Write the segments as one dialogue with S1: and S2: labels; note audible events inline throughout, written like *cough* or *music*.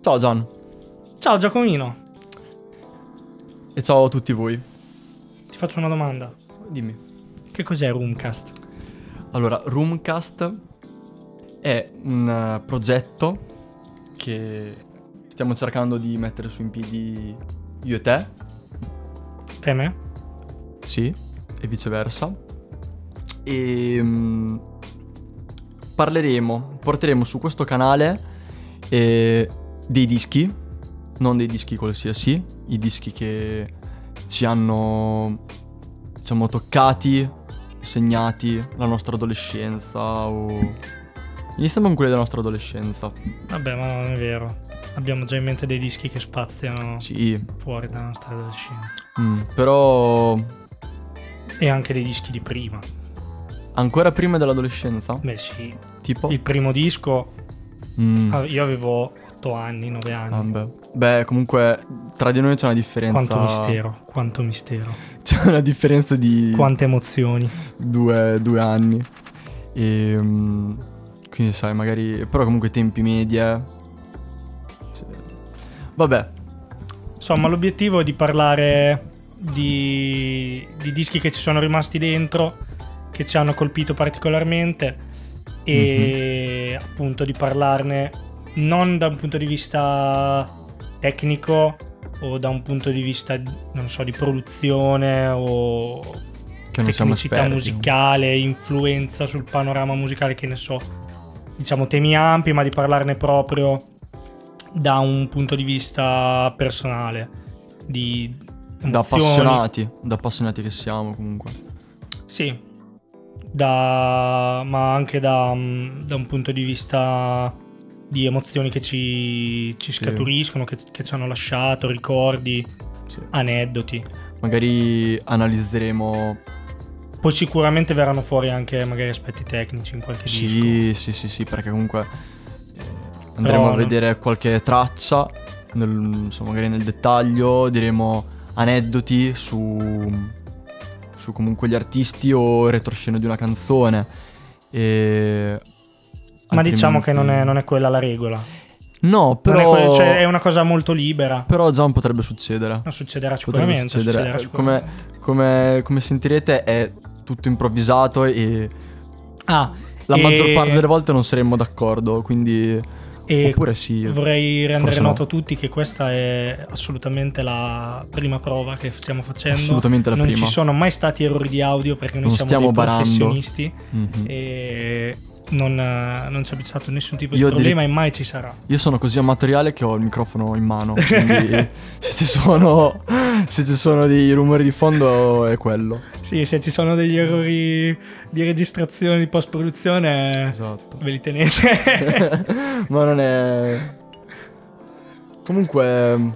S1: Ciao Gian
S2: Ciao Giacomino,
S1: e ciao a tutti voi.
S2: ti faccio una domanda.
S1: Dimmi.
S2: Che cos'è Roomcast?
S1: Allora, Roomcast è un eh, progetto che stiamo cercando di mettere su in piedi io e te,
S2: Te e me?
S1: sì, e viceversa. E mm, parleremo, porteremo su questo canale eh, dei dischi, non dei dischi qualsiasi, i dischi che ci hanno, diciamo, toccati, segnati la nostra adolescenza o... Iniziamo con quelli della nostra adolescenza.
S2: Vabbè, ma non è vero. Abbiamo già in mente dei dischi che spaziano
S1: Sì,
S2: fuori dalla nostra adolescenza.
S1: mm, però
S2: E anche dei dischi di prima.
S1: ancora prima dell'adolescenza?
S2: Beh sì,
S1: Tipo...
S2: il primo disco
S1: Mm.
S2: ah, io avevo 8 anni, 9 anni.
S1: Ah, beh. Beh, comunque tra di noi c'è una differenza.
S2: Quanto mistero, quanto mistero.
S1: *laughs* C'è una differenza di
S2: Quante emozioni.
S1: due, due anni. E, mm, quindi sai, magari. Però comunque tempi media. Sì. Vabbè,
S2: Insomma, l'obiettivo è di parlare di, di dischi che ci sono rimasti dentro, che ci hanno colpito particolarmente e
S1: Mhm.
S2: appunto di parlarne non da un punto di vista tecnico o da un punto di vista, non so, di produzione o
S1: che non siamo
S2: tecnicità
S1: esperti.
S2: musicale, influenza sul panorama musicale, che ne so, diciamo temi ampi, ma di parlarne proprio da un punto di vista personale, di emozioni.
S1: Da appassionati, da appassionati che siamo comunque.
S2: Sì, da, ma anche da, mm, da un punto di vista di emozioni che ci, ci
S1: Sì.
S2: scaturiscono, che, che ci hanno lasciato, ricordi,
S1: Sì.
S2: Ah. aneddoti.
S1: Magari analizzeremo.
S2: Poi sicuramente verranno fuori anche magari aspetti tecnici in qualche disco.
S1: Sì, sì, sì, sì, perché comunque eh, andremo
S2: Però
S1: a
S2: non-
S1: vedere qualche traccia, nel- insomma, magari nel dettaglio, diremo aneddoti su, su comunque gli artisti o il retroscena di una canzone. E...
S2: Ma diciamo
S1: altrimenti-
S2: che non è, non è quella la regola.
S1: No,
S2: Non è
S1: però...
S2: que- cioè, è una cosa molto libera.
S1: Però Gian potrebbe succedere.
S2: Non succederà
S1: Potrebbe
S2: sicuramente. succederà
S1: Eh,
S2: sicuramente.
S1: Come, come- come sentirete è tutto improvvisato e
S2: Ah,
S1: la
S2: e-
S1: maggior parte delle volte non saremmo d'accordo, quindi...
S2: e
S1: Oppure sì.
S2: vorrei rendere
S1: Forse no.
S2: noto a tutti che questa è assolutamente la prima prova che stiamo facendo.
S1: Assolutamente la
S2: non
S1: prima.
S2: ci sono mai stati errori di audio perché noi
S1: Non
S2: siamo
S1: stiamo
S2: dei
S1: barando.
S2: professionisti
S1: Mhm.
S2: e non, eh, non c'è stato nessun tipo
S1: Io
S2: di problema e mai ci sarà.
S1: Io sono così amatoriale che ho il microfono in
S2: *laughs*
S1: mano, quindi se, ci sono, se ci sono dei rumori di fondo è quello.
S2: Sì, se ci sono degli errori di registrazione, di post produzione,
S1: Esatto.
S2: ve li tenete.
S1: *laughs* Ma non è... Comunque...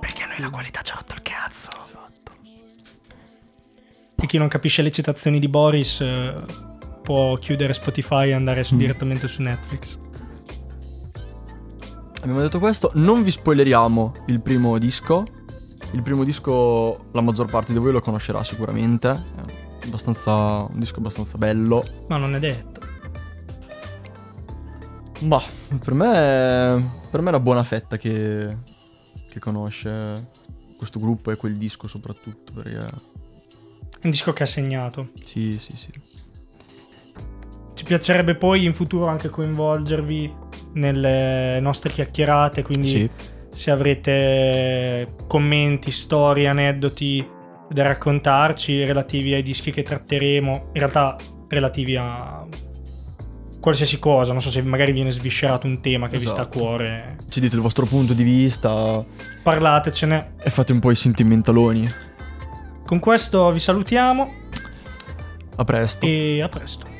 S2: Perché a noi la qualità ci ha rotto il cazzo. Esatto. E chi non capisce le citazioni di Boris eh, può chiudere Spotify e andare su-
S1: Mm.
S2: direttamente su Netflix.
S1: Abbiamo detto questo, non vi spoileriamo il primo disco. Il primo disco la maggior parte di voi lo conoscerà sicuramente. È abbastanza, un disco abbastanza bello.
S2: Ma non è detto.
S1: Ma Boh. per me, per me è una buona fetta che, che conosce questo gruppo e quel disco soprattutto perché...
S2: È un disco che ha segnato.
S1: Sì, sì, sì.
S2: Ci piacerebbe poi in futuro anche coinvolgervi nelle nostre chiacchierate, quindi
S1: Sì.
S2: se avrete commenti, storie, aneddoti da raccontarci relativi ai dischi che tratteremo, in realtà relativi a qualsiasi cosa, non so se magari viene sviscerato un tema che vi sta
S1: Esatto.
S2: a cuore,
S1: Ci dite il vostro punto di vista
S2: parlatecene.
S1: e fate un po' i sentimentaloni.
S2: Con questo vi salutiamo
S1: A presto.
S2: e a presto.